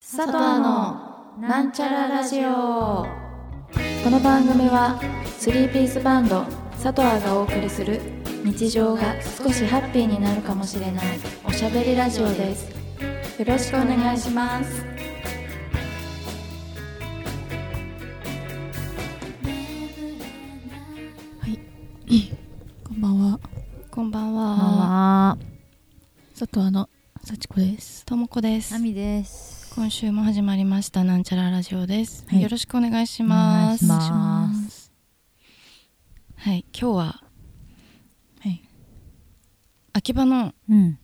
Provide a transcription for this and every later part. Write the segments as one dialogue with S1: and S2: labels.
S1: 佐藤のなんちゃらラジオこの番組はスリーピースバンド佐藤がお送りする日常が少しハッピーになるかもしれないおしゃべりラジオですよろしくお願いします
S2: こんばんは。
S3: こんばん
S1: こんばん
S3: は。
S1: は
S2: 佐藤の幸子です。
S3: ともこです。
S4: みです
S3: 今週も始まりましたなんちゃらラジオです。
S1: はい
S3: よろしくお願いします。
S1: お願いします
S3: はい、今日は
S2: はい。
S3: 秋葉の
S4: うん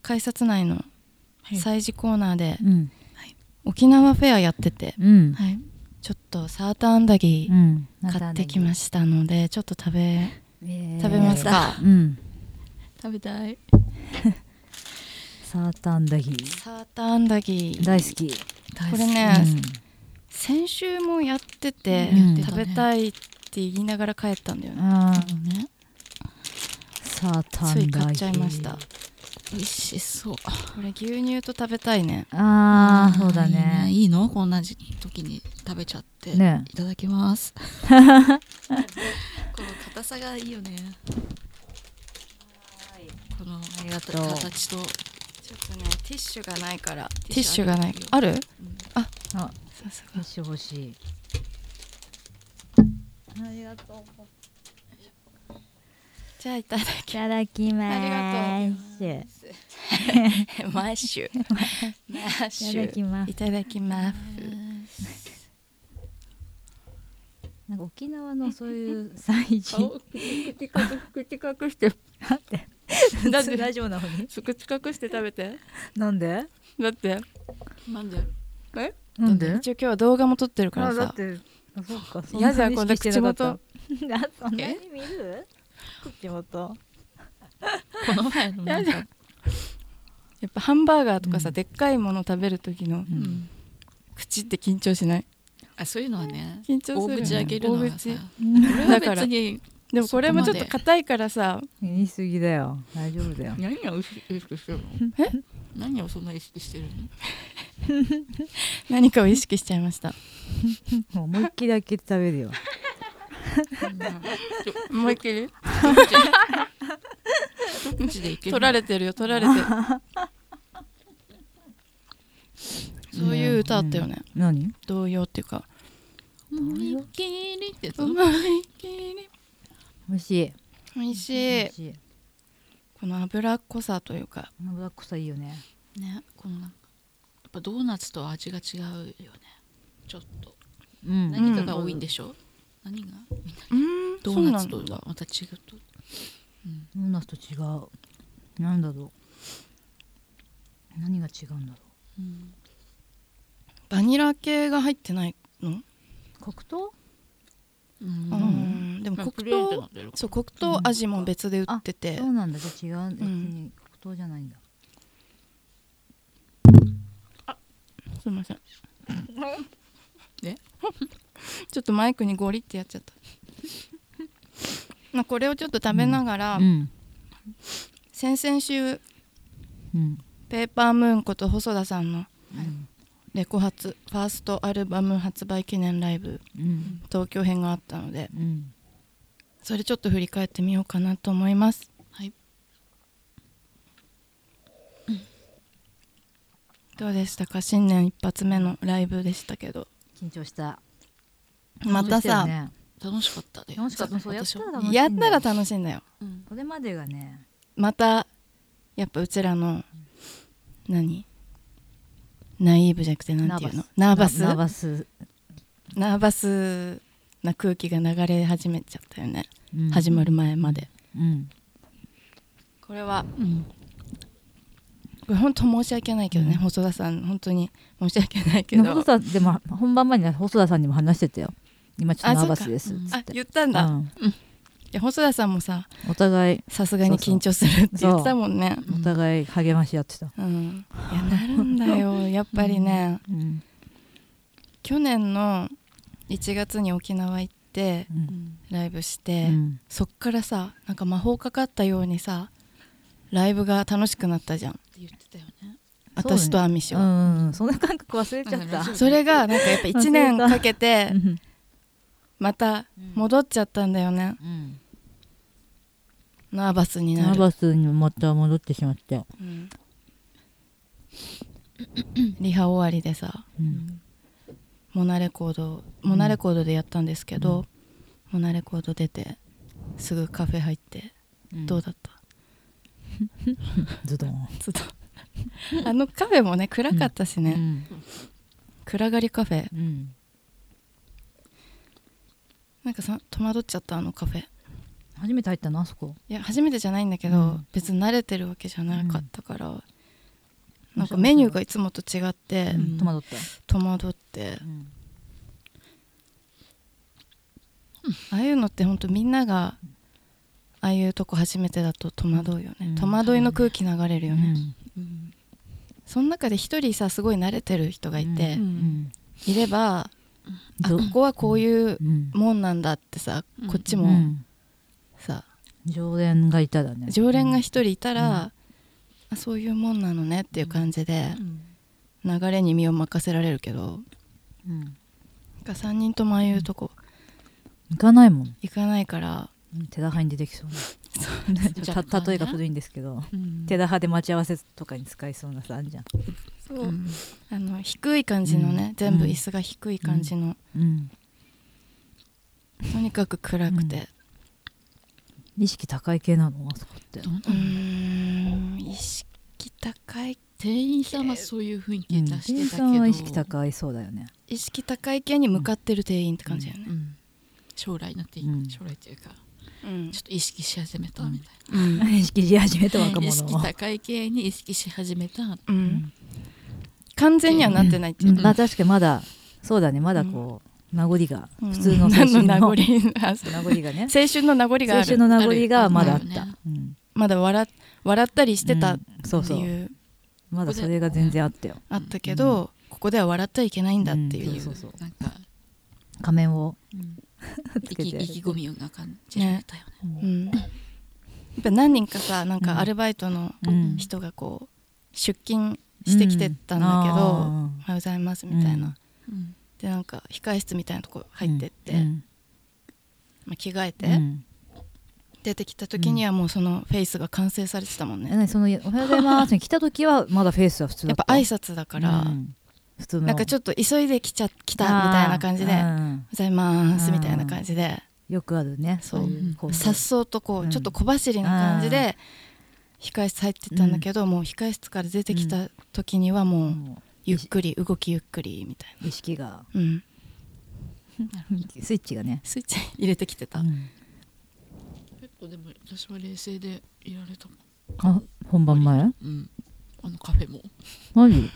S3: 改札内の催事コーナーで
S4: うん
S3: 沖縄フェアやってて、
S4: うん
S3: はい、ちょっとサーターアンダギ
S4: ん
S3: ー買ってきましたので、ちょっと食べ
S4: 食
S3: 食べますか。
S4: うん
S2: 食べたい。
S4: サーターアンダギー
S3: サーターアンダギー。
S4: 大好き
S3: これね、先週もやってて、
S4: うん
S3: 食べたいって言いながら帰ったんだよ
S4: うん
S3: ね。
S4: あー
S2: ね。
S4: サーター
S3: つ
S4: アンダギー
S3: い買っちゃいました。
S2: 美味しそう。
S3: これ牛乳と食べたいね
S4: あーそうだ
S2: いい
S4: ね
S2: いいのこんな時時に食べちゃって。
S4: ね
S2: いただき ます。この硬さがいいよね。この
S4: とう
S2: 形と。
S3: ちょっとねティッシュがないから
S2: ティ
S3: ティ
S2: ッ
S3: ッ
S2: シ
S3: シ
S2: ュ
S3: ュ
S2: が
S3: が
S2: な
S3: ないい
S2: あ
S3: ある
S4: あ
S3: さす
S4: 欲しい欲しいありがとう
S3: じゃあいただ
S4: い
S3: き
S4: ただきます
S3: ありが
S4: い
S3: マッシュ マッシ
S4: ただき
S3: ュ
S4: ます
S3: いただきます
S4: なんか沖縄のそういう祭事口隠してなんて
S3: だって
S4: ラジオなのに
S3: 口隠して食べて
S4: なんで
S3: だって
S2: なんで。
S3: え
S4: なんで
S3: 一応今日は動画も撮ってるから
S4: あだっ
S3: さ
S4: てあそっかそ
S3: やだ
S4: 意
S3: こん
S4: 識
S3: な
S4: して
S3: 口
S4: かったあ
S3: 元
S4: そんなに見る口元
S2: この前のなんか。
S3: やっぱハンバーガーとかさ、
S4: うん
S3: でっかいもの食べる時の
S2: うん。
S3: 口って緊張しない
S2: あそういうのはね。
S3: 緊張する
S2: 大口開けるのはさ。
S3: 大
S2: こ
S3: 口
S2: れは
S3: だから
S2: 別に
S3: でもこれもちょっ
S2: そ
S3: と
S2: こまで
S3: 硬いからさ
S4: 言い過ぎだよ大丈夫だよ
S2: 何を意識してるの？何をそんな意識してるの？
S3: 何かを意識しちゃいました
S4: もう思いっきり開けて食べるよ
S3: 思いっきり
S2: 一口でいける。
S3: 取られてるよ取られてる そういう歌あったよね、
S4: 何
S3: 童謡っていうか
S2: 思いっきりってやつ
S3: うまいきり
S4: 美味しい
S3: 美味し
S4: 美
S3: い
S4: 味しい
S3: この脂っこさというか
S4: 脂っこさいいよね
S2: ねこのなんかやっぱドーナツと味が違うよねちょっと
S4: うん
S2: 何かが多いんでしょ、何が
S3: うん
S2: ドーナツとはまた違うと
S4: ドーナツと違うなんだろう何が違うんだろ
S2: うん
S3: バニラ系が入ってないの、
S4: う黒糖
S2: う
S3: うんん、でも
S2: まあ
S3: 黒
S2: プレートな
S3: 糖
S2: んだよ
S3: そう黒糖味も別で売ってて、
S4: そうなんだじゃあ違う別に
S3: ん
S4: 黒糖じゃないんだ
S3: すいませ ん
S2: え
S3: ちょっとマイクにゴリってやっちゃったまあこれをちょっと食べながら、
S4: うん
S3: 先々週
S4: うん
S3: ペーパームーンこと細田さんの
S4: うん
S3: レコ発ファーストアルバム発売記念ライブ
S4: うん
S3: 東京編があったので
S4: うん
S3: それちょっと振り返ってみようかなと思います
S2: はい
S3: どうでしたか新年一発目のライブでしたけど
S4: 緊張した
S3: またさ、
S4: 緊張したよね
S2: 楽しかったね
S4: 楽しかったそうやっ
S2: 私
S4: た
S2: は
S4: ら楽しいんだよ
S3: やったら楽しいんだよ
S2: うん
S4: これまでがね
S3: またやっぱうちらの何ナイーブじゃなくてなんていうのナーバス
S4: ナーバス、
S3: ナーバスな空気が流れ始めちゃったよね、
S4: うん
S3: 始まる前まで
S4: うん
S3: これは
S2: うん
S3: これ本当申し訳ないけどね、
S4: うん
S3: 細田さん本当に申し訳ないけ
S4: でも 細
S3: ど
S4: 田でも本番前に細田さんにも話してたよ今ちょっとナーバスです
S2: あそっ
S4: つ
S3: あ
S4: って
S3: 言ったんだ、
S4: う
S3: い
S4: ん
S3: や細田さんもさ
S4: お互い
S3: さすがに緊張するって言ってたもんね
S2: うん
S4: お互い励まし合ってた、
S3: うんいやなるんだ よやっぱりね、
S4: うん
S3: 去年の1月に沖縄行って
S4: うん
S2: うん
S3: ライブし
S4: う
S3: て、
S4: ん
S3: そっからさなんか魔法かかったようにさライブが楽しくなったじゃん
S2: って言ってたよね
S4: そうね
S3: 私とアミシ
S4: う
S3: は、
S4: んうんそんな感覚忘れちゃった
S2: うん
S3: それがなんかやっぱ1年かけて
S4: うん
S3: また戻っちゃったんだよね
S2: うん
S3: ナーバスに
S4: ナ
S3: な
S4: ー
S3: る、
S4: バスにまた戻ってしまったよ、
S3: うんリハ終わりでさ
S4: うん
S3: モナレコードモナレコードでやったんですけど、モナレコード出てすぐカフェ入って
S2: うん
S3: どうだった、
S4: ズドン
S3: ちょっとあのカフェもね暗かったしね、
S4: うん
S3: 暗がりカフェ
S4: うん
S3: なんかさ戸惑っちゃったあのカフェい
S4: 初めて入ったのあそこ
S3: や初めてじゃないんだけど、
S4: うん
S3: 別に慣れてるわけじゃなかったから、なんかメニューがいつもと違って、
S4: うん戸惑った、
S3: 戸惑ってああいうのってほんとみんながああいうとこ初めてだと戸惑うよね、
S4: うん
S3: 戸惑いの空気流れるよね、
S4: うん
S2: うん
S3: その中で一人さすごい慣れてる人がいて、
S2: うん
S3: いればあ
S4: ど
S3: ここはこういう
S4: うん
S3: もんなんだってさ、
S2: うん
S3: こっち
S4: で
S3: も
S4: も、
S3: さ、
S4: 常連がいただね
S3: 常連が一人いたら、あそういうもんなのねっていう感じで
S2: うん
S3: 流れに身を任せられるけど
S4: うん
S3: なんか3人ともああいうとこ
S4: 行かないもん
S3: 行かないから
S4: 手だはに出てきそうなちょっ とた例えが古いんですけど
S2: うん
S4: 手だはで待ち合わせとかに使いそうなさあんじゃん
S2: うん
S3: あの低い感じのね、
S4: うん
S3: 全部椅子が低い感じの、
S4: うん
S3: とにかく暗くて
S4: 意識高い系なのあそこって
S2: どうなの
S3: うーん意識高い
S2: 店員さんはそういう雰囲気出してたけど、
S4: 店員さんは意識高いそうだよね
S3: 意識高い系に向かってる店員って感じだよ
S2: う
S3: ね、
S2: ん将来の店員、
S4: うん
S2: 将来というか
S3: うん
S2: ちょっと意識し始めたみたい
S4: 意識し始めた
S2: な、
S4: 若
S2: 意
S4: 者
S2: 識
S4: は
S2: 高い系に意識し始めた
S3: うん完全にはなってないっていうう、
S4: んまあ確かにまだそうだねまだこう名残が
S3: うん
S4: 普通の青
S3: 何の
S4: 春の
S3: 名
S4: 名
S3: 残
S4: 残
S3: あそう
S4: がね
S3: 青春の名残が
S4: 青
S3: あ
S4: 春
S3: る
S4: の名残がまだあっ
S2: あ
S4: た
S2: るよ
S4: うん
S3: まだ笑笑ったりしてた
S4: う
S3: っ
S4: ん
S3: て
S4: そうそう
S3: いう
S4: まだそれが全然あったよ
S3: あったけど、ここでは笑っちゃいけないんだっていう,、
S4: うんそうそう
S2: なんか、
S4: 仮面を
S2: うん、
S4: つ
S2: 意
S4: け
S2: 気
S4: て
S2: 意気込みな感じだったよね
S3: うんやっぱ何人かさなんかアルバイトの
S4: うん
S3: 人がこう、出勤してきてたんだけど「
S4: う
S3: お
S4: ん
S3: はようございます」みたいな、
S4: うん
S2: うん
S3: でなんか控室みたいなとこ入ってって、
S4: うん
S3: まあ、着替えて、
S4: うん
S3: 出てきた時にはもうそのフェイスが完成されてたもんね、
S4: え何その「おはようございます」に来た時はまだフェイスは普通
S3: や
S4: だ
S3: っ
S4: っ
S3: ぱ
S4: た
S3: 挨
S4: 拶
S3: 拶だから、
S4: 普通の
S3: なんかち
S4: ょ
S3: ょ
S4: っ
S3: っと急いで来ちゃ来たみたいな感じで「おはようございます」みたいな感じで
S4: よくあるね
S3: そう
S4: いこ
S3: さっそうとこ
S4: う
S3: うんちょっと小走りな感じで控室入ってったんだけど、もう控室から出てきた時にはもう
S4: も
S3: ゆっくり動きゆっくりみたいう
S4: 意識が
S3: な、うん、
S4: スイッチがね
S3: スイッチ入れてきてた、
S4: うん
S2: 結構でも私は冷静でいられたもん、
S4: あ本番前
S2: うん、あのカフェも
S4: マジ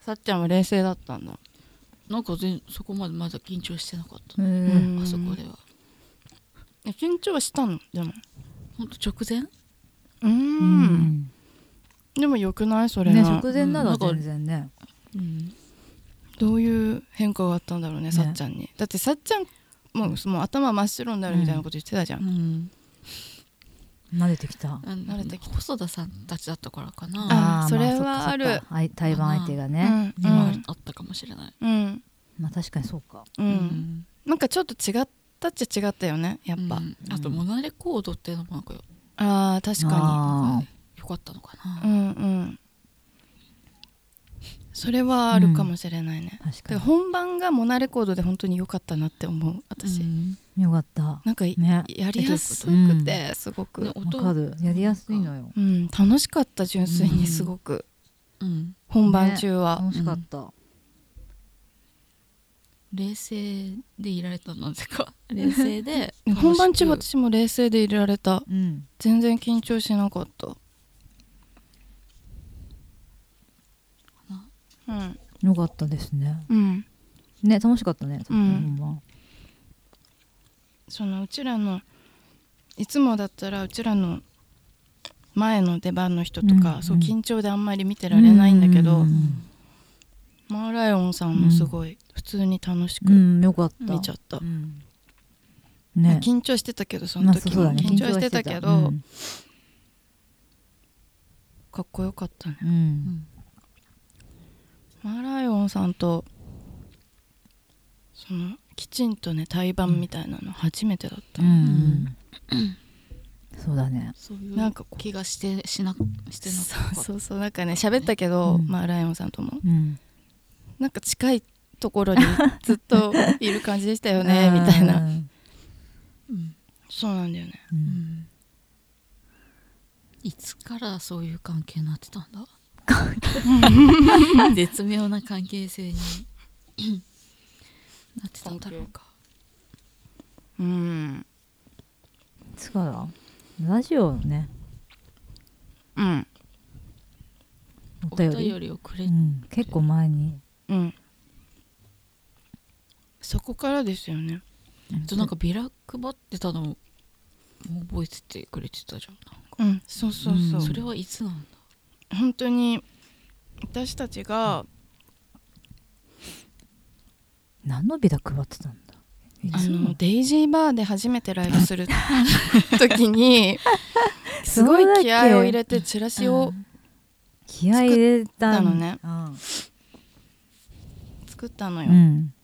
S3: さっちゃんは冷静だったんだ
S2: なんか全そこまでまだ緊張してなかった
S4: う
S2: な、
S4: ん
S2: あそこでは
S3: え緊張したのでも
S2: ほんと直前
S3: うん
S4: うん
S3: でもよくないそれ
S4: ね
S3: が、
S4: 食前なら
S2: うんなんか
S4: 全然ね
S2: うん
S3: どういう変化があったんだろうね
S4: ね
S3: さっちゃんにだってさっちゃんもうもう頭真っ白になるみたいなこと言ってたじゃん、
S2: うん、
S4: 慣れてきた
S2: あの
S3: 慣れてき
S2: 細田さんたちだったからかな
S3: あ
S4: ー
S3: それは
S4: まそっかそっか
S3: ある
S4: あい対バン相手がね
S3: うんう
S2: のは
S3: ん
S2: あったかもしれない、
S3: うん
S4: まあ確かにそうか
S3: うん、なんかちょっと違ったっちゃ違ったよねやっぱ、
S2: うんあとモナレコードっていうのもなんかよ
S3: あー確か
S4: あ
S2: よかったのかな、
S3: にうんうんそれはあるかもしれないね、
S4: ー確
S3: だから
S4: か
S3: 本番がモナレコードで本当に良かったなって思う私、
S2: うん
S4: によかった
S3: なんかい、
S4: ね
S3: やりやす
S4: えどういうこ
S3: く
S4: と
S3: てすごく、
S2: ね
S4: わかるやりやすいのよ
S3: うん、楽しかった純粋にすごく、
S2: うん、
S3: 本番中は、
S4: 楽しかった
S2: 冷静でいられたなぜか冷静 で
S3: 本番中
S2: 楽し
S3: 私も冷静でいられた
S4: うん
S3: 全然緊張しなかったうん
S4: よかったですね
S3: うん
S4: ね楽しかったね
S3: うん
S4: 本
S3: そのうちらのいつもだったらうちらの前の出番の人とか、
S4: うん
S3: そう
S4: うん
S3: 緊張であんまり見てられないんだけど、
S4: うん
S3: マーライオンさんもすごい普通に楽し
S4: 番う
S3: く
S4: んよかった
S3: 見ちゃった、
S4: うん
S3: まあ
S4: ね
S3: 緊張してたけどそ
S4: ま
S3: の
S4: あ
S3: 時
S4: そう
S3: も
S4: だね
S3: 緊張してたけど、
S4: 緊張はして
S3: かっこよかったね
S4: たうんうん
S2: うん
S3: マーライオンさんとそのきちんとね対バンみたいなの初めてだった、
S4: うん、そうだね
S2: そうい
S3: なん
S2: う
S3: かこう
S2: 気がしてしなしてなかった
S3: そうそうそうなんかね喋ったけど、
S4: うん
S3: マーライオンさんとも
S4: うん
S3: なんか近いところ にずっといる感じでしたよねみたいな
S4: うん
S2: うん
S3: そうなんだよね
S4: う
S2: うんんいつからそういう関係になってたん だ絶妙な関係 性になってたんだろうか
S3: うん
S4: いつからラジオね
S3: うん
S4: お
S2: お
S4: 便
S2: 便
S4: り
S2: りをくれ
S4: うん、結構前に
S3: うんそこからですよね
S2: となんかビラ配ってたのも覚えててくれてたじゃん
S3: うんそうそうそう、
S4: ん
S2: それはいつなんだ
S3: 本当に私たちが、
S4: 何のビラ配ってたんだい
S3: あ
S4: つ
S3: の
S4: も
S3: デイジーバーで初めてライブす る時にすご
S4: そうだっ
S3: い
S4: け
S3: 気合を入れてチラシを
S4: 気合い入れた
S3: 作っ
S4: うん
S3: 作ったの
S4: う
S3: よ、
S4: ん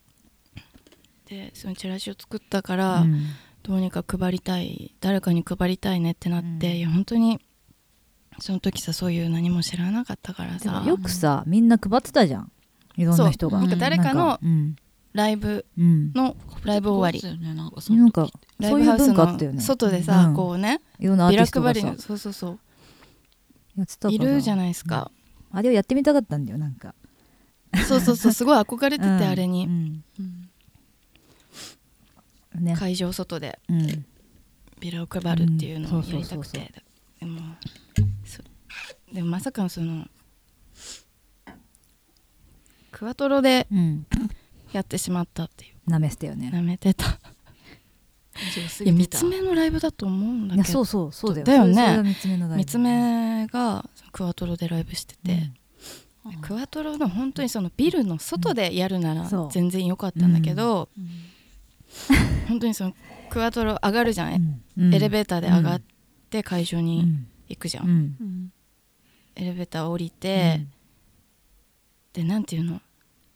S3: でそのチラシを作ったから、
S4: うん
S3: どうにか配りたい誰かに配りたいねってなって、
S4: うん
S3: いや本当にその時さそういう何も知らなかったから
S4: で
S3: さ
S4: もよくさみんな配ってたじゃんいろんな人が
S3: そうなんか誰かの
S4: うん
S3: ライブ
S4: うん
S3: のライブ終わり
S2: そうだよねなんかそ
S4: な
S2: の
S4: ん
S2: 時
S4: か
S3: ライ
S4: そう
S3: ブ
S4: い
S3: ハ
S4: う
S3: ウス
S4: 文化あったよ
S3: の
S4: ね
S3: 外でさ、
S4: うん
S3: こうね
S4: いろんなアー
S3: ビ
S4: ティ
S3: ラ
S4: スト
S3: 配
S4: が
S3: り
S4: さ
S3: のそうそうそう
S4: やってた
S3: い
S4: から
S3: るじゃないですか、
S4: あれをやってみたかったんだよなんか
S3: そうそうそうすごい憧れてて、
S4: うん
S3: あれに、
S2: うん
S4: うんね
S3: 会場外で
S4: うん
S3: ビラを配るっていうの
S4: う
S3: を
S4: ん
S3: やりたくて、
S4: そ
S3: で
S4: う
S3: もそでもまさかのそのクワトロで
S4: うん
S3: やってしまったってい
S4: なめしたよ
S3: う
S4: ね
S3: なめてた
S2: 上手
S3: いや
S2: 見
S3: 三
S2: た
S3: つ目のライブだと思うんだ
S4: いや
S3: け
S4: そ
S3: ど
S4: うそうそうだよ
S3: だよね
S4: それそれが三つ目のライブ
S3: 三つ目がそのクワトロでライブしてて、
S2: あー
S3: クワトロの本当にそのビルの外でやるなら
S4: そう
S3: 全然良かったんだけど、
S2: うん
S3: 本当にそのクワトロ上がるじゃん、
S4: うん
S3: エレベーターで上がって会場
S4: う
S3: に
S4: ん
S3: 行くじゃん、
S4: うん
S2: うん
S3: エレベーター降り
S4: う
S3: て
S4: ん、
S3: でなんていうの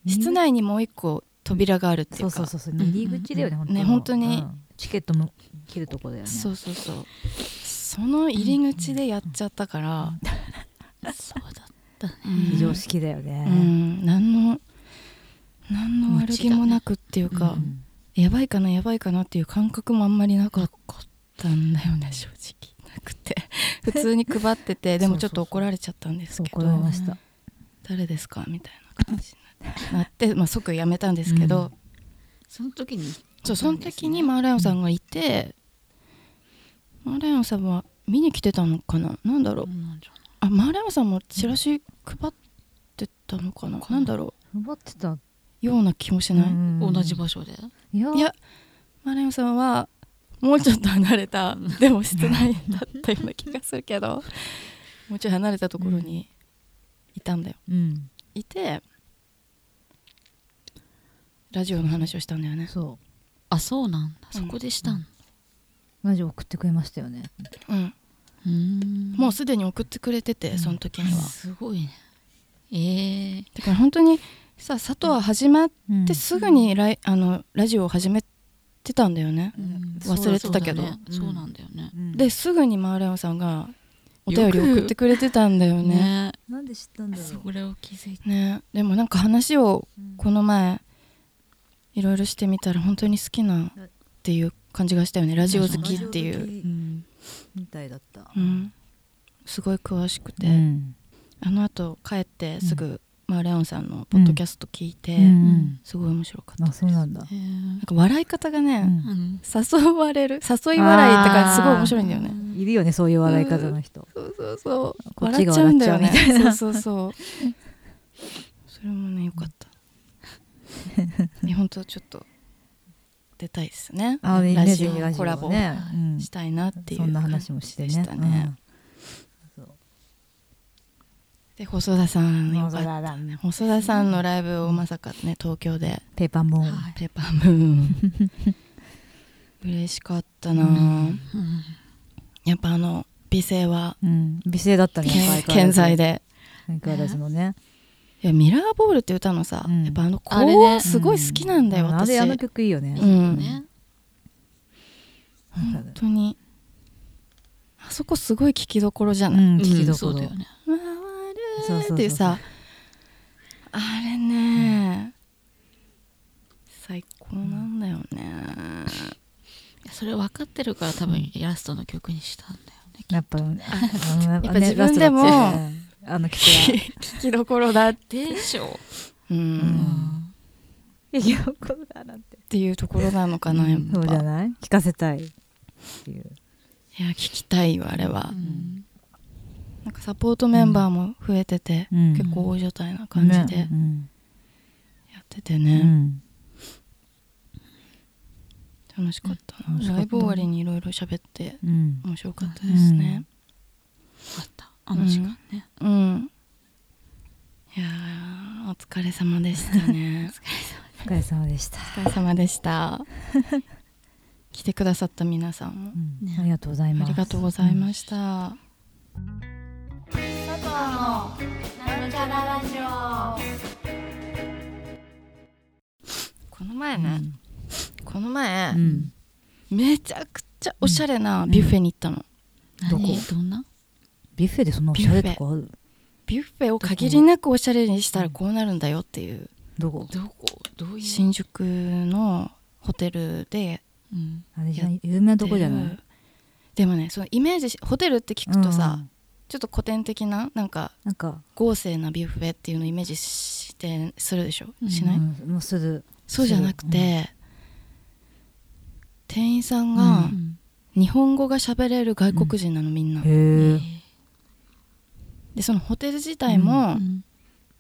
S3: 室内にもう一個扉があるってい
S4: そう
S3: う
S4: そ
S3: か
S4: うそうそう入り口だよね
S3: うん
S4: 本当の
S3: ね本当に
S4: うんチケットも切るとこだよね
S3: そうそうそうその入り口でやっちゃったから、
S2: そうだったね
S3: うん
S4: 非常識だよ
S3: う
S4: ね
S3: ん、何の何の悪気もなくっていうか、
S4: うん
S3: やばいかなやばいかなっていう感覚もあんまりなかったんだよね正直なくて 普通に配って てでもちょっと怒られちゃったんです
S4: そう
S3: け
S4: 怒られ
S3: ど
S4: ました
S3: 誰ですかみたいな感じにな って、まあ、即やめたんですけど、
S4: うん
S2: その時に
S3: そ
S2: そ
S3: うそう
S2: な
S3: の
S2: んですね
S3: 時にマーライオンさんがいて、マーライオンさんは見に来てたのかななんだろう、
S2: そうなんじゃない
S3: あマーライオンさんもチラシ配ってたのかな、なんだろ
S4: 配ってた
S3: うような気もしない、
S4: うん
S2: 同じ場所で
S4: いや
S3: いやマーライオンさんはもうちょっと離れたでも室内だったような気がするけ どもうちょい離れたところにいたんだよ
S4: うん
S3: いてラジオの話をしたんだよね
S4: そう
S2: あそうなんだそこでしたんだ
S4: マジ送ってくれましたよね。
S3: うん
S2: うん
S3: もうすでに送ってくれててその時には
S2: すごいねええ
S3: だから本当にさ佐藤は始まっ
S4: うん
S3: てすぐにライあのラジオを始めてたんだよね
S2: うん
S3: 忘れてたけど
S2: そうだねそうなんだよね
S3: で
S4: で、
S3: すぐにマーレオンさんがお便り送ってくれてたんだよね
S2: ね
S4: なんで知ったんだろ。
S2: そうれを気づいて
S3: ねでもなんか話を
S4: うん
S3: この前いろいろしてみたら本当に好きなっていう感じがしたよねラジオ好きっていう、
S4: うみたいだった
S3: う。ん、すごい詳しくて、
S4: うん
S3: あのあと帰ってすぐマーレオンさんのポッドキャスト聞いて、
S4: うん
S3: すごい面白かった
S4: あ、
S3: です
S4: そうなんだ。
S2: え
S3: なんか笑い方がね、
S4: うん
S2: うん
S3: 誘われる誘い笑いって感じすごい面白いんだよね
S4: いるよね、そういう笑い方の人。
S3: そうそうそう
S4: こっち
S3: 笑
S4: が
S3: っちゃうんだよ
S4: 笑っちゃうみたい
S3: ね
S4: な
S3: そうそう そうそれもねよかった いや本当ちょっと出たいですね
S4: あ、ね
S3: ラ
S4: ね
S3: ジ
S4: ぜひラ
S3: オ
S4: ジ
S3: コラボ
S4: オね。うん
S3: したいなっていう
S4: そんな話もして
S3: でし
S4: ね
S3: た。ね
S4: うんそう
S3: で細田さんよ
S4: そう
S3: かっ
S4: だだ
S3: た細田さんのライブをまさかね東京で
S4: ペーパーモン。
S2: はい
S3: ペーパーム ーン嬉しかったなあ
S2: うん
S3: やっぱあの美声は
S4: うん、美声だったね
S3: 健。在
S4: で。
S3: で
S4: 相変わらずのね。
S3: いやミラーボールって歌のさ、
S4: うん
S3: やっぱあの高
S2: あれね
S3: 音すごい好きなんだよ、
S4: あ
S3: 私
S4: れあの
S3: 本
S4: 曲いいよね、
S3: うん
S2: ね
S3: 当にあそこすごい聞きどころじゃ
S4: う
S3: ない、
S4: ん、聞きど
S2: そ
S4: こ
S2: う
S4: ろ、
S2: だよね
S3: 回
S4: そうそうそうそ
S3: る
S4: う
S3: っていうさあれね、最高なんだよね、
S2: いやそれ分かってるから多分イラストの曲にしたんだよね
S4: やっぱ、あのやっ
S3: やっぱ自分でも
S4: ラストだったよねあの曲は。
S3: 聞きどころだ
S2: でしょ
S3: うん、っ
S4: いや、こんななんて。
S3: ていうところなのかなやっ
S4: そうじ
S3: ぱ
S4: ゃない聞かせたい。っていう。
S3: いや聞きたいよあれは、
S2: うん
S3: なんかサポートメンバーも増えてて、
S4: うん
S3: 結構大所帯な感じでや
S4: ねうん
S3: ってて
S4: う
S3: ね、
S4: ん
S3: 楽しかった
S4: うん
S3: な、
S4: 楽しかった
S3: ライブ終わりにいろいろ喋って
S4: うん
S3: 面白かったですね
S2: あったあの時間ね、
S3: うん、いやーお疲れ様でしたね
S4: お疲れ様でした。
S3: お疲れ様でした 来てくださった皆さんも
S4: うん
S2: ね
S4: ありがとうござい
S3: あ
S4: ます。
S3: りがとうございました、
S1: 佐藤アのなんちゃらラジオ
S3: この前ね、この前、
S4: うん。
S3: めちゃくちゃおしゃれなビュッフェに行ったの、
S4: どこ
S2: 何どんな
S4: ビュッフェでそのおしゃれとこある
S3: ビュッフェを限りなくおしゃれにしたらこうなるんだよっていう
S4: どこ
S2: どこどういう、
S3: 新宿のホテルで
S2: うん
S4: あれじゃない有名なとこじゃない
S3: でもねそのイメージしホテルって聞くとさ、
S4: うん
S3: ちょっと古典的ななんか
S4: なんか、
S3: 豪勢なビュッフェっていうのをイメージしてするでしょ
S2: うん
S3: し
S4: う
S3: ない、
S4: ん、もうする。
S3: そうじゃなくて、
S4: う
S3: 店員さん
S4: う
S3: が
S2: うん
S3: 日本語が喋れる外国人なのみんな、
S4: へえ。
S3: でそのホテル自体も、
S2: うん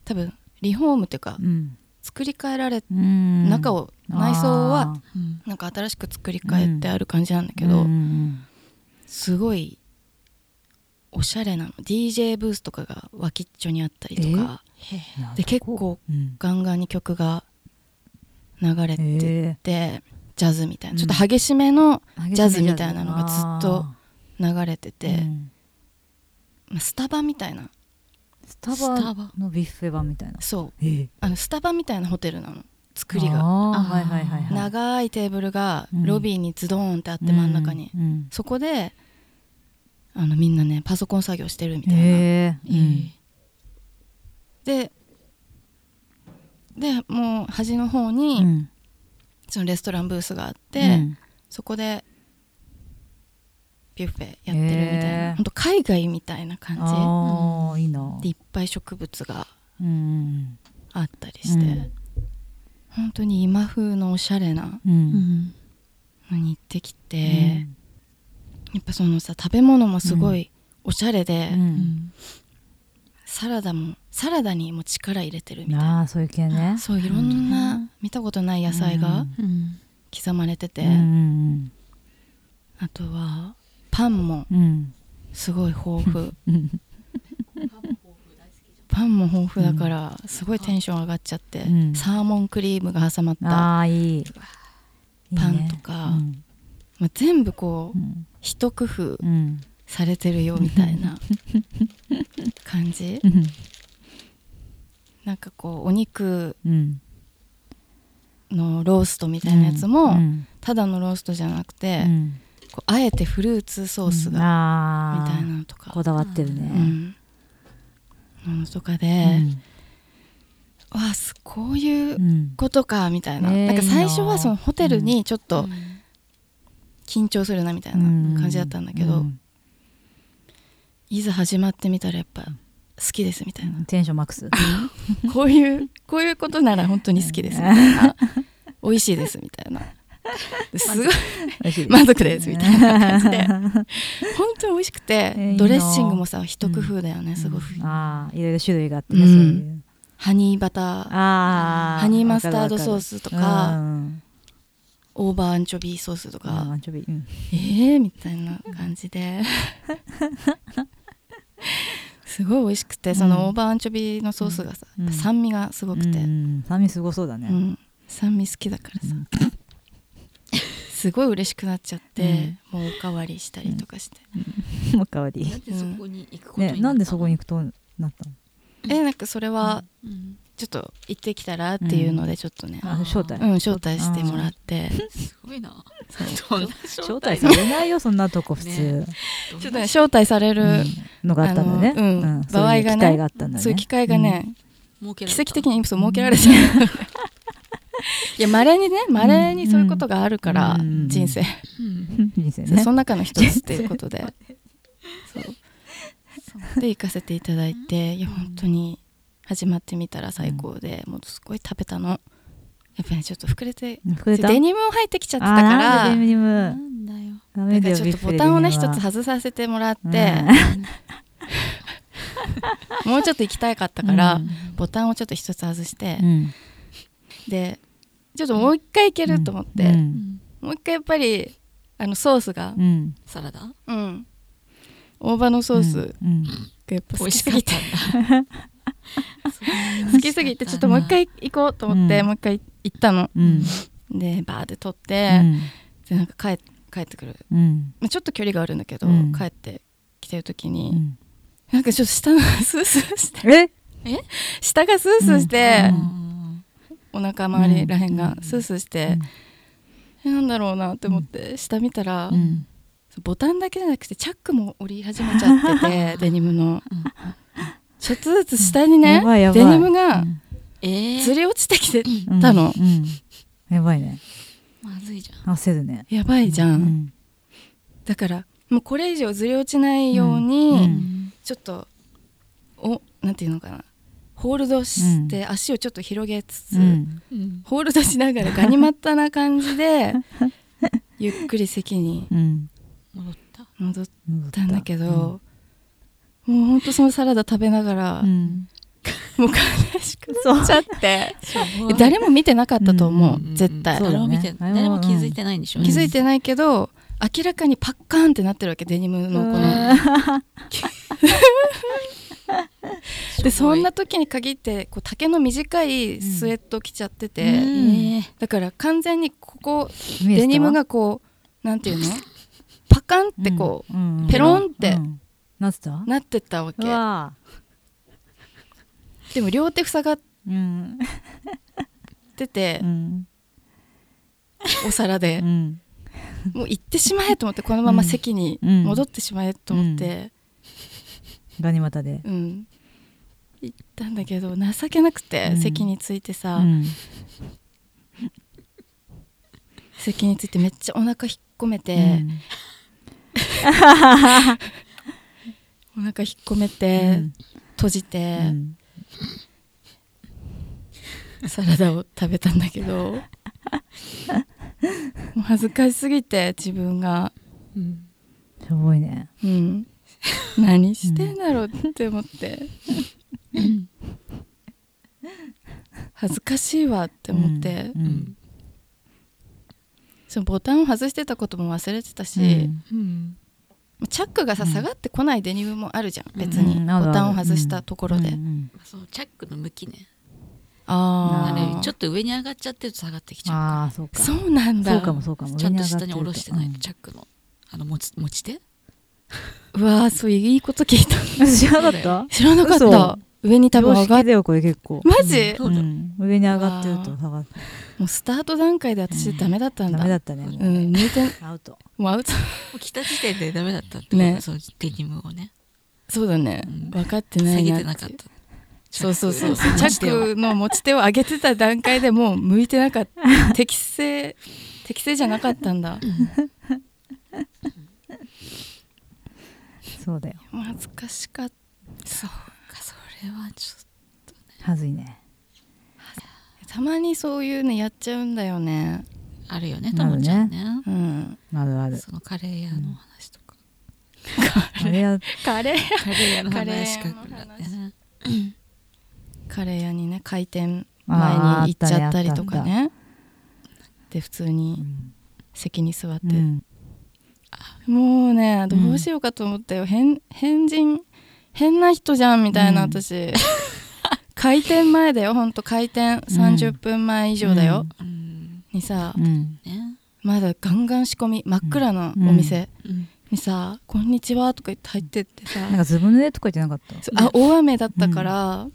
S3: 多分リフォームっていうか、
S4: うん。
S3: 作り変えられ
S4: うん
S3: 中を内装は
S4: あー
S2: うん
S3: なんか新しく作り変えてある感じなんだけど、
S4: うんうん
S3: すごいおしゃれなの DJ ブースとかが脇っちょにあったりとか
S4: うん
S3: で結構
S4: うん
S3: ガンガンに曲が流れて
S4: へ
S3: て、ジャズみたいな
S4: うん
S3: ちょっと激しめの
S4: ー
S3: ジャズみたいなのがずっと流れてて
S4: う、ん
S3: まあスタバみたいな
S4: スタ
S2: スタバ
S4: バのビュッフェ版みたいな
S3: そう
S4: ええ
S3: あのスタバみたいなホテルなの作りが
S4: あー
S2: あー
S4: はいはいはいはい
S3: 長いテーブルが
S4: うん
S3: ロビーにズドーンってあって真ん中に、
S4: うんうん
S3: そこであのみんなねパソコン作業してるみたいな、
S4: へえうん
S3: ででもう端の方に、
S4: うん
S3: そのレストランブースがあって、
S4: うん
S3: そこでビュッフェやってるみたいな、
S4: へー
S3: ほんと海外みたいな感
S4: ああいいな
S3: じでいっぱい植物が
S4: うんうん
S3: あったりして、
S4: うん
S3: 本当に今風のおしゃれな
S4: う
S2: うんん
S3: のに行ってきて、
S4: うん
S3: やっぱそのさ食べ物もすごいおしゃれで、
S2: う
S4: う
S2: んん
S3: サラダもサラダにも力入れてるみたいな
S4: ああそういう系ね
S3: そういろんな見たことない野菜が
S2: うん
S3: 刻まれてて、
S4: うんうん
S3: あとはパンも
S4: うんうん
S3: すごい豊富
S4: うん
S3: パンも豊富だからすごいテンション上がっちゃって、
S4: うん
S3: サーモンクリームが挟まった
S4: ああいい
S3: パンとか
S4: いいね
S3: まあ全部こ
S4: う
S3: うん一工夫
S4: うん
S3: されてるよみたい な感じ
S4: うん
S3: なんかこうお肉
S4: うん
S3: のローストみたいなやつも、
S4: うん
S3: ただのローストじゃなくて、
S4: うん
S3: こうあえてフルーツソースが、
S4: が
S3: みたいなのとか
S4: こだわってる
S3: う
S4: ね
S3: ん、ものとかで、
S4: うん
S3: わあすこういううんことかみたいな,、
S4: ねえ
S3: なんか最初
S4: いい
S3: は
S4: な
S3: そのホテルにちょっと緊張するなみたいな感じだったんだけど、
S4: うん
S3: いざ始まってみたらやっぱ好きですみたいな、
S4: テンションマックス
S3: こういうこういうことなら本当に好きですみたいな美味しいですみ たいなですごい
S4: 美味しい
S3: 満足ですみたいな感じで本当に美味しくて、
S4: えいいな
S3: ドレッシングもさ一工夫だよね、すごく、
S4: ああいろいろ種類があってね、
S3: うん
S4: そういう
S3: ハニーバター
S4: ああ
S3: ハニーマスタードソー
S4: ス
S3: スと
S4: と
S3: か
S4: うん、
S3: オーバーアンチョビーソースとか、
S4: アンチョビ、うん、
S3: えー、みたいな感じですごい美味しくてそのオーバーアンチョビのソースがさ、
S4: うん
S3: やっぱ酸味がすごくて、う
S4: うんん酸味すごそうだね、
S3: 酸味好きだからさ、 すごい嬉しくなっちゃって、もうおかわりしたりとかして、
S4: もう代わり
S2: なんでそこに行くことになった
S4: ね
S2: の
S4: なんでそこに行くとなったの
S3: えなんかそれは
S2: うん
S3: ちょっと行ってきたらっていうのでちょっとね、
S4: あの招待
S3: う。ん招待してもらって
S2: すごいな。
S3: そ う
S2: どんな
S4: 招
S2: 招
S4: 待
S2: 待
S4: されないよ、そんなとこ普
S2: ね。
S4: 通
S3: ちょっとね招待される、
S4: のがあったんだね。
S3: あのうん
S4: うん
S3: 場合がね
S4: そういう機会があったんだね。
S3: そういう機会がね、
S2: 儲けられ
S3: 奇
S2: た
S3: 跡的にそう設けられ てるいやまれにねまれにそういうことがあるから、
S4: うん
S3: 人生、
S2: うん
S4: うん。人生ね
S3: そ。の中の一つっていうこと でそうで行かせていただいていや本当に始まってみたら最高で、もうすごい食べたのやっぱりちょっと膨れて
S4: 膨れた
S3: デニムを履いてきちゃってた
S4: あ
S3: か
S4: ー
S3: ら
S4: デニ
S2: な
S4: ム。
S2: んだよ。
S4: ダ
S3: な
S4: メ
S3: ん
S4: だ
S3: か
S4: よ
S3: ちょっと
S4: ビ
S3: ボ
S4: ッ
S3: タンをね
S4: フィレデニム
S3: 一
S4: は
S3: つ外させてもらって、
S4: うん
S3: もうちょっと行きたかったから、
S4: うん
S3: ボタンをちょっと一つ外して、
S4: うん
S3: でちょっともう一回行けると思って、
S4: うん
S3: もう一回やっぱりあのソースが
S4: う、ん
S2: サラダ
S3: うん大葉のソースが
S4: うん
S3: やっぱ
S2: 美
S3: 好
S2: 味
S3: き
S2: し
S3: す
S2: かっ
S3: ぎ
S2: た
S3: て
S2: んだ。
S3: 好きすぎてちょっともう一回行こうと思って、
S4: うん
S3: もう一回行ったの、
S4: うん
S3: でバーって撮っ
S4: う
S3: て、
S4: ん
S3: でなんか帰帰ってくる、
S4: うん
S3: まあ、ちょっと距離があるんだけど、
S4: うん
S3: 帰ってきてる時
S4: う
S3: に、
S4: ん
S3: なんかちょっと下のスースーして
S4: え
S3: 下がスースーして、
S4: うん
S2: うん
S3: お腹周りらへんが
S4: うん
S3: スースーして、えなんだろうなって思って下見たら、
S4: うん
S3: ボタンだけじゃなくてチャックも折り始めちゃっててデ ニムの
S2: うん
S3: ちょっとずつ下にね
S4: やばいやばい
S3: デニムが
S4: うん
S2: え
S3: ず
S2: ー、
S3: り落ちてきて
S4: うん
S3: たの、
S4: うんやばいね
S2: まずいじゃん。
S4: 焦るね
S3: やばいじゃん、
S4: うん
S3: だからもうこれ以上ずり落ちないように、
S4: うん
S3: ちょっとおなんていうのかなホールドして足をちょっと広げつつ、
S4: うん
S2: うん
S3: ホールドしながらガニ股な感じ でゆっくり席に
S4: うん
S2: 戻った。
S3: 戻っ
S4: 戻った
S3: んだけど、もうほんとそのサラダ食べながら、
S4: うん
S3: もう悲しくなっちゃって
S2: そう
S3: 誰も見てなかったと思
S2: う
S3: う、
S2: ん
S3: 絶対、
S4: そ
S2: 誰
S4: うだね
S2: も見て、誰も気づいてないんでしょうね。
S3: 気づいてないけど明らかにパッカーンってなってるわけデニムのこの、でそんな時に限ってこう丈の短いスウェット着ちゃってて、
S2: え
S3: だから完全にここ
S4: 見えてた
S3: デニムがこうなんていうのパカンってこう、
S4: うんうん
S3: ペロンって
S4: うんなってた
S3: なってったわけ
S4: うわ
S3: でも両手塞がっ
S4: うん
S3: てて
S4: う、ん
S3: お皿で
S4: う、ん
S3: もう行ってしまえと思ってこのまま席に
S4: うん
S3: 戻ってしまえと思って、
S4: ガニ股で
S3: うん行ったんだけど情けなくて、
S4: うん
S3: 席についてさ、
S4: うん
S3: 席についてめっちゃお腹引っ込めて、
S4: うん
S3: お腹引っ込めて、
S4: うん
S3: 閉じて
S4: う、ん
S3: サラダを食べたんだけ どもう恥ずかしすぎて自分が、
S2: ーうん
S4: すごいね
S3: うん、何してんだろうって思って、恥ずかしいわって思って、
S4: うんうん
S3: そのボタンを外してたことも忘れてたし、
S2: うん
S3: チャックがさ
S4: うん
S3: 下がってこないデニムもあるじゃん、
S2: うん
S3: 別に、
S4: うん
S3: ボタンを外したところで、
S4: うんうん
S2: そうチャックの向きね
S3: あ
S2: あ
S3: ー
S2: れちょっと上に上がっちゃってると下がってきちゃ
S4: ああそうか
S3: そうなんだ
S4: そうかもそうか
S2: う
S4: も
S2: ちゃんと下に下ろしてないと
S4: 上に
S2: チャックのあの持ち持ち手
S3: うわーそういいこと聞いた
S4: 上がってるとうん 知らなかった
S3: 知らなかった上に多分
S4: 常
S3: 上がっ
S4: 識だよこれ結構
S3: マジ
S2: そうだ
S4: ん上に上がってると下がって
S3: もうスタート段階で私ダメだったんだ,、
S4: ダメだったねも
S3: う
S4: うん
S3: 向いて
S4: アウト
S3: もうアウト
S2: 来た時点でダメだったってこと
S3: ね
S2: そのデニムをね
S3: そうだね
S2: うん
S3: 分かって
S2: 下
S3: ない
S2: げ
S3: な
S2: てなかった
S3: そうそうそうチ
S2: チャック
S3: ャックの持ち手を上げてた段階でもう向いてなかった適正適正じゃなかったんだ
S4: そうだよ
S3: もう恥ずかしかった
S2: そうかそれはちょっ
S4: はずいね
S3: たまにそういうのやっちゃうんだよね
S2: とあるよねともちゃんね
S3: うん
S4: あるある
S2: そのカレー屋の話とか、
S4: あれや
S3: カレー
S2: カレー屋の
S3: カレー
S2: 話
S3: 屋
S2: か
S3: の
S2: く
S3: 話
S2: なってね
S3: カレー屋にね開店前に
S4: あー
S3: 行っちゃったりと
S4: あ
S3: か
S4: ったね
S3: ねで普通
S4: う
S3: に
S4: ん
S3: 席に座って、
S4: うん
S3: もうねどうしようかと思ったよ、変変人変な人じゃんみたいな
S4: うん
S3: 私、 開店前だよほんと開店30分前以上だよ、
S2: うん
S3: にさ
S4: うん
S2: ね
S3: まだガンガン仕込み真っ暗なお店
S2: うん
S3: にさ「こんにちは」とか言って入ってってさ、
S4: なんかずぶ濡れとか言ってなかった
S3: そうあ大雨だったから、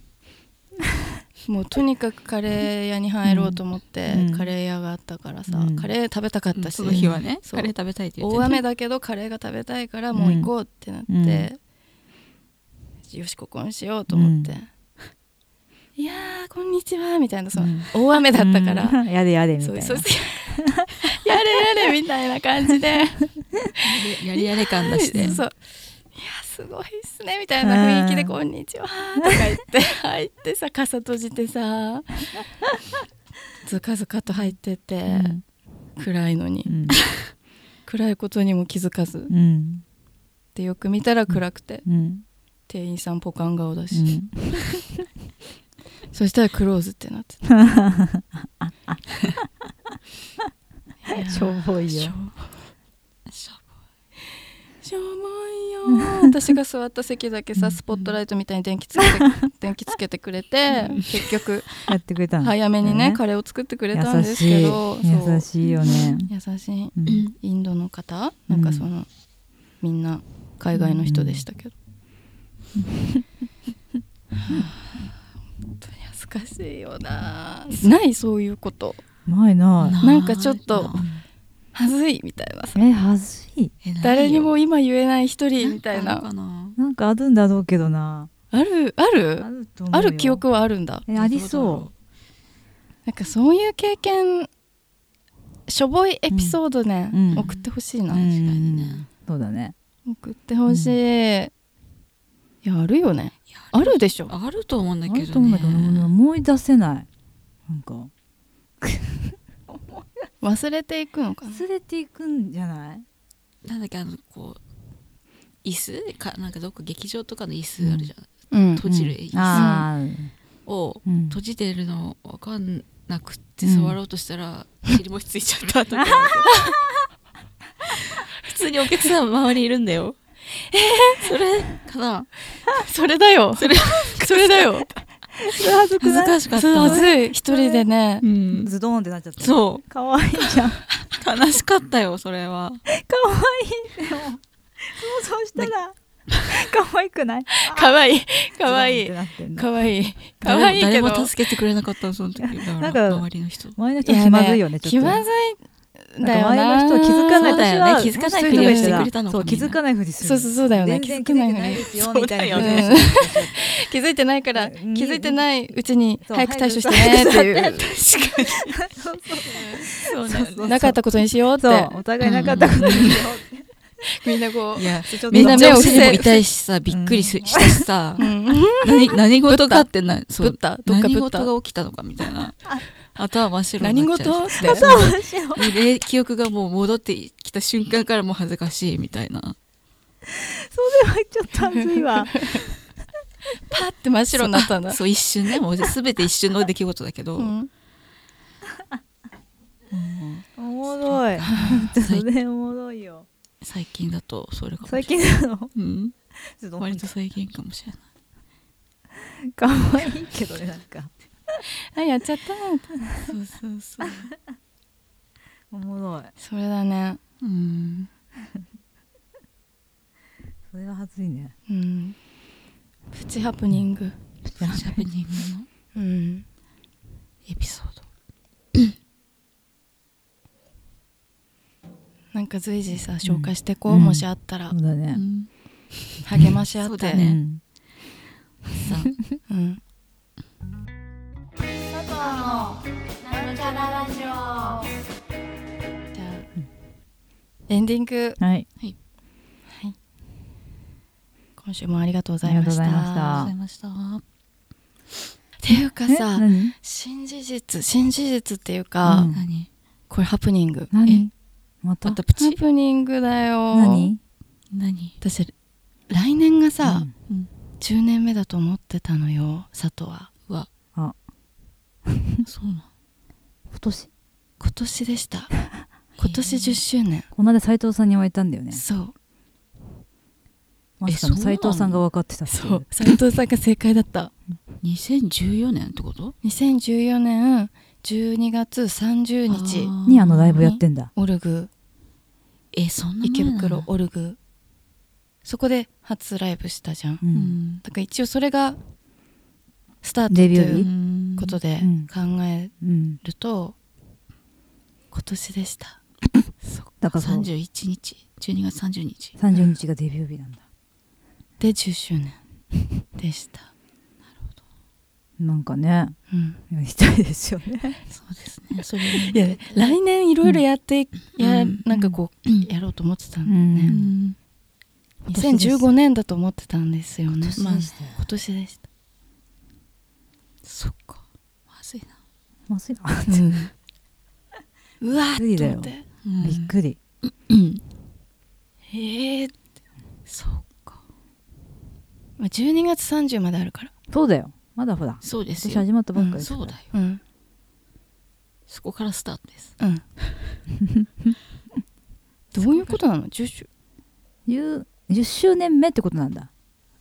S3: もうとにかくカレー屋に入ろうと思って、
S4: うん
S3: カレー屋があったからさ、
S4: うん
S3: カレー食べたかったし、
S2: その日はね
S3: そう
S2: カレー食べたいって言って
S3: 大雨だけどカレーが食べたいからもう行こうってなって、
S4: うん
S3: よしここにしようと思って「
S4: う
S3: いやーこんにちは」みたいなその、
S4: うん
S3: 大雨だったから、
S4: うん やでやでみた
S3: そう
S4: いな
S3: そう そうやれやれみたいな感じで
S2: やりやれ感出して
S3: そういやすごいっすねみたいな雰囲気で「
S4: うん
S3: こんにちは」とか言 って入ってさ傘閉じてさずかずかと入ってて、
S4: うん
S3: 暗いのに、
S4: うん
S3: 暗いことにも気づかず
S4: うん
S3: でよく見たら暗くて、
S4: うん
S3: 店員さんポカン顔だ
S4: う
S3: し、
S4: ん
S3: そしたらクローズってなってたいやー
S4: しょぼい
S3: しょ
S4: よ
S2: しょ
S3: しょぼいよー 私が座った席だけさスポットライトみたいに電気つけて電気つけてくれて結局
S4: やってくれたの
S3: 早めにね
S4: ね
S3: カレーを作ってくれたん
S4: 優
S3: です
S4: し
S3: け
S4: い
S3: ど
S4: 優しいよね
S3: そう優しい
S4: うん
S2: うん
S3: インドの方なんかその、みんな海外の人でしたけど、本当に恥ずかしいよなないそういうこと
S4: ないな
S3: なんかちょっと恥ずいみたいなさ
S4: いえはずい
S3: 誰にも今言えない一人み
S2: み
S3: たいな
S4: なんかあるんだろうけどな
S3: あるある
S4: あると思うよ
S3: ある記憶はあるんだ
S4: えありそ
S3: なんかそういう経験しょぼいエピソードね、
S4: うんうん
S3: 送ってほしいうな、
S4: うん
S2: にね
S4: そうだね
S3: 送ってほしい、いやあるよねあるでしょ
S2: あると思うんだ
S4: あ
S2: け
S4: る
S2: ど
S4: と思う
S2: ね
S4: んだけど思い出せないなんか
S3: 忘れていくのかな
S4: 忘れていくんじゃない
S2: なんだっけあのこう椅子かなんかどっか劇場とかの椅子あるじゃん、
S3: うん
S2: 閉じる椅
S4: うん
S2: 子
S4: あー
S2: を
S4: うん
S2: 閉じてるの分かんなくって
S4: うん
S2: 触ろうとしたら、尻餅ついちゃった とか普通にお客さん周りいるんだよえそれかな
S3: それだよそれだよ
S4: それ恥ずく
S2: 恥ず
S4: ない
S2: かしかっ
S3: それ
S2: た
S3: まずい一人でね
S2: うん
S4: ズドーンってなっちゃった
S2: そ
S4: かわいいじゃんか
S2: う悲しかったよそれは
S4: わいいでも想像したらかわいくない
S3: かわいいか
S4: か
S3: わいいかわいいかわいいけ
S2: 誰
S3: ど
S2: も誰も助けてくれなかったのその時 だから
S4: なんか
S2: 周りの人
S4: 前の人
S3: いやね
S4: 気まずいよねちょっと
S3: 気まずいんだよな
S4: なんか周りの人は気づかない
S2: そうだよね気づかないふりをしてくれ
S4: た
S2: たのか
S4: そう気づかないふりする
S3: そうそうそうだよね
S4: 全
S3: 気づ
S4: 然気
S3: か
S4: づい
S3: ないふり
S4: てないですよみたいな
S2: そうだよ
S3: ね 気づいてないから気
S4: うん
S3: づいてないうちに
S4: そう
S3: 早く対処してねっていう
S2: そうだよね
S3: なかったことにしようっ
S4: そう
S3: て
S4: お互いなかったことにしようって
S3: みんなこ
S2: いや
S4: ちょっと
S2: みんな目を伏
S3: め
S2: せ
S3: っちゃ伏せ
S2: 痛いしさびっくりすしたしさ
S3: ううん
S2: 何何事かってなそ
S3: ぶっ
S2: う
S3: たどっか
S2: 何
S3: ぶった
S2: 事が起きたのかみたいな頭真っ白
S3: 何
S2: になっちゃう
S3: 事って
S2: で で記憶がもう戻ってきた瞬間からもう恥ずかしいみたいな
S4: それはちょっと恥ずい わ
S3: パって真っ白になったんだ
S2: そう一瞬ねもう全て一瞬の出来事だけど、
S3: うん
S4: おもろいそれおもろいよ
S2: 最近だとそれかもしれな
S4: 最
S2: い
S4: 近なの
S2: うん、
S4: ちょっと
S2: 割と最近かもしれない
S4: かわいいけどねなんか
S3: あやっちゃった
S2: そうそうそう
S4: おもろい
S3: それだね
S2: うん
S4: それは恥ずいね
S3: うんプチハプニング
S2: シャープニングの
S3: うん
S2: エピソード
S3: なんか随時さ紹介してこ
S4: う
S3: うんもしあったら
S4: そうだね
S2: ん
S3: 励まし合
S2: そ
S3: っ
S2: うだ
S3: て
S2: ね
S4: うん
S2: さあ
S3: うん
S1: 佐藤のなんちゃらラジオ
S3: じゃあエンディング
S4: はい
S3: 今週もありがとうござい
S4: あり
S3: ま
S4: がとう
S3: し
S4: ございましたた
S2: ありがとうございました
S3: っていうか
S4: え
S3: さ
S4: 何
S3: 新事実新事実っていうか、
S4: うん
S2: 何
S3: これハプニング
S4: 何また
S2: またプ
S3: ハ
S2: チ
S3: プニングだよ
S4: 何
S2: 何
S3: 私来年がさ、
S4: う
S2: う
S4: ん
S2: ん
S3: 10年目だと思ってたのよ佐藤は
S2: うわ
S4: あ
S2: そうなん
S4: 今年
S3: 今年でした今年10周年
S4: この間斎藤さんに言われたんだよね
S3: そう
S4: ま
S2: えそ
S4: さかの
S2: うな
S4: 斎
S2: の
S4: 藤さんが分かってたってい
S3: そう斉藤さんが正解だった
S2: 2014年ってこと
S3: 2014年12月30日
S2: あー
S4: にあのライブやってんだ
S3: オルグ
S2: えそんな
S3: 池
S2: 前なの
S3: 袋オルグそこで初ライブしたじゃん
S4: う
S2: うんん
S3: だから一応それがスタートと
S4: デビュー
S2: う
S3: い
S2: ー
S3: う
S4: 日
S2: ん
S3: ことで
S4: うん
S3: 考え
S4: うん、
S3: ると、今年でした
S4: だからそう
S2: 31日12月30日
S4: 30日がデビュー日なんだ
S3: で10周年でした、
S4: なんかね
S3: うん、
S4: やりたいですよ ね
S2: そうですねそれに
S3: いや来年いろいろやって、や
S2: うん
S3: なんかこう、
S2: うん
S3: やろうと思ってた
S4: うん
S3: で、ね
S4: ん
S3: 2015年だと思ってたんですよね
S2: まあ
S3: 今年でした、
S2: そっかまずいな、
S4: まずいな
S3: うわ
S4: 無理
S3: ーっと思
S4: だよ
S3: って
S2: うん
S4: びっくり
S2: うん
S3: えーって
S2: そっか
S3: まあ12月30まであるから
S4: そうだよまだほら
S2: そうです
S4: 私
S2: よ
S4: 始まったばっかり
S2: そうだよ
S3: うん
S2: そこからスタートです
S3: うん どういうことなの10周
S4: よ 10, 周年目ってことなんだ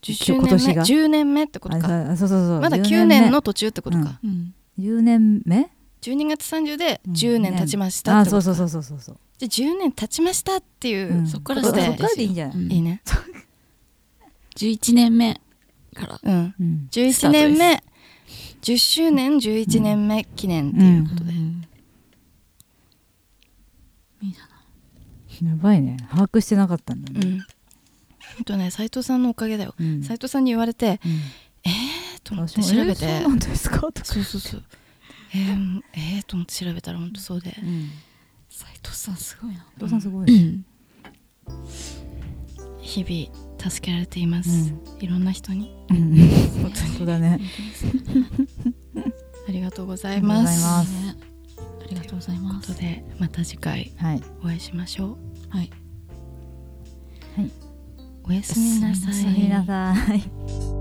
S3: 10周
S4: 今
S3: 年
S4: 年
S3: 目
S4: が
S3: 10年目ってことか
S4: あそうそうそうそう
S3: まだ9
S4: 10
S3: 年
S4: 目
S3: の途中ってことか、
S2: うん
S4: 10年目
S3: 12月30で
S4: うん
S3: 10年経ちました
S4: あ
S3: ってこと
S4: そうそうそうそうそうそう
S3: じゃあ10年経ちましたっていう、
S4: うん
S2: そっから
S3: こ
S2: ス
S3: と
S2: タ
S3: で
S2: ート
S4: そっ
S2: で
S4: から
S2: す
S4: でいいんじゃない
S2: よ
S3: いいね
S2: 11年目から
S3: うん
S4: うん
S3: 11年目10周年11年目記念っていうこと
S2: み
S3: で、
S2: んなの
S4: やばいね把握してなかったんだ
S3: うん
S4: ね
S3: ほんとね斎藤さんのおかげだよ
S4: うん
S3: 斎藤さんに言われて
S4: うん
S3: えーと思って調べて、
S4: えーそうなんですかとか
S3: そうそうそうえーうんえーと思って調べたらほんとそうで
S2: 斉藤さんすごいな
S4: お父さんすごい、
S2: うん
S3: 日々助けられています、いろんな人に
S4: うん本当だね
S3: ありがとうございます
S4: ありがと
S2: ねありがとう
S4: うございます
S2: ございま
S3: という
S2: す
S3: ことでまた次回
S4: はい
S3: お会いしましょう
S2: はい
S4: はい
S3: おやすみなさ
S2: おやすみなさ
S3: い
S2: い
S4: おやすみなさい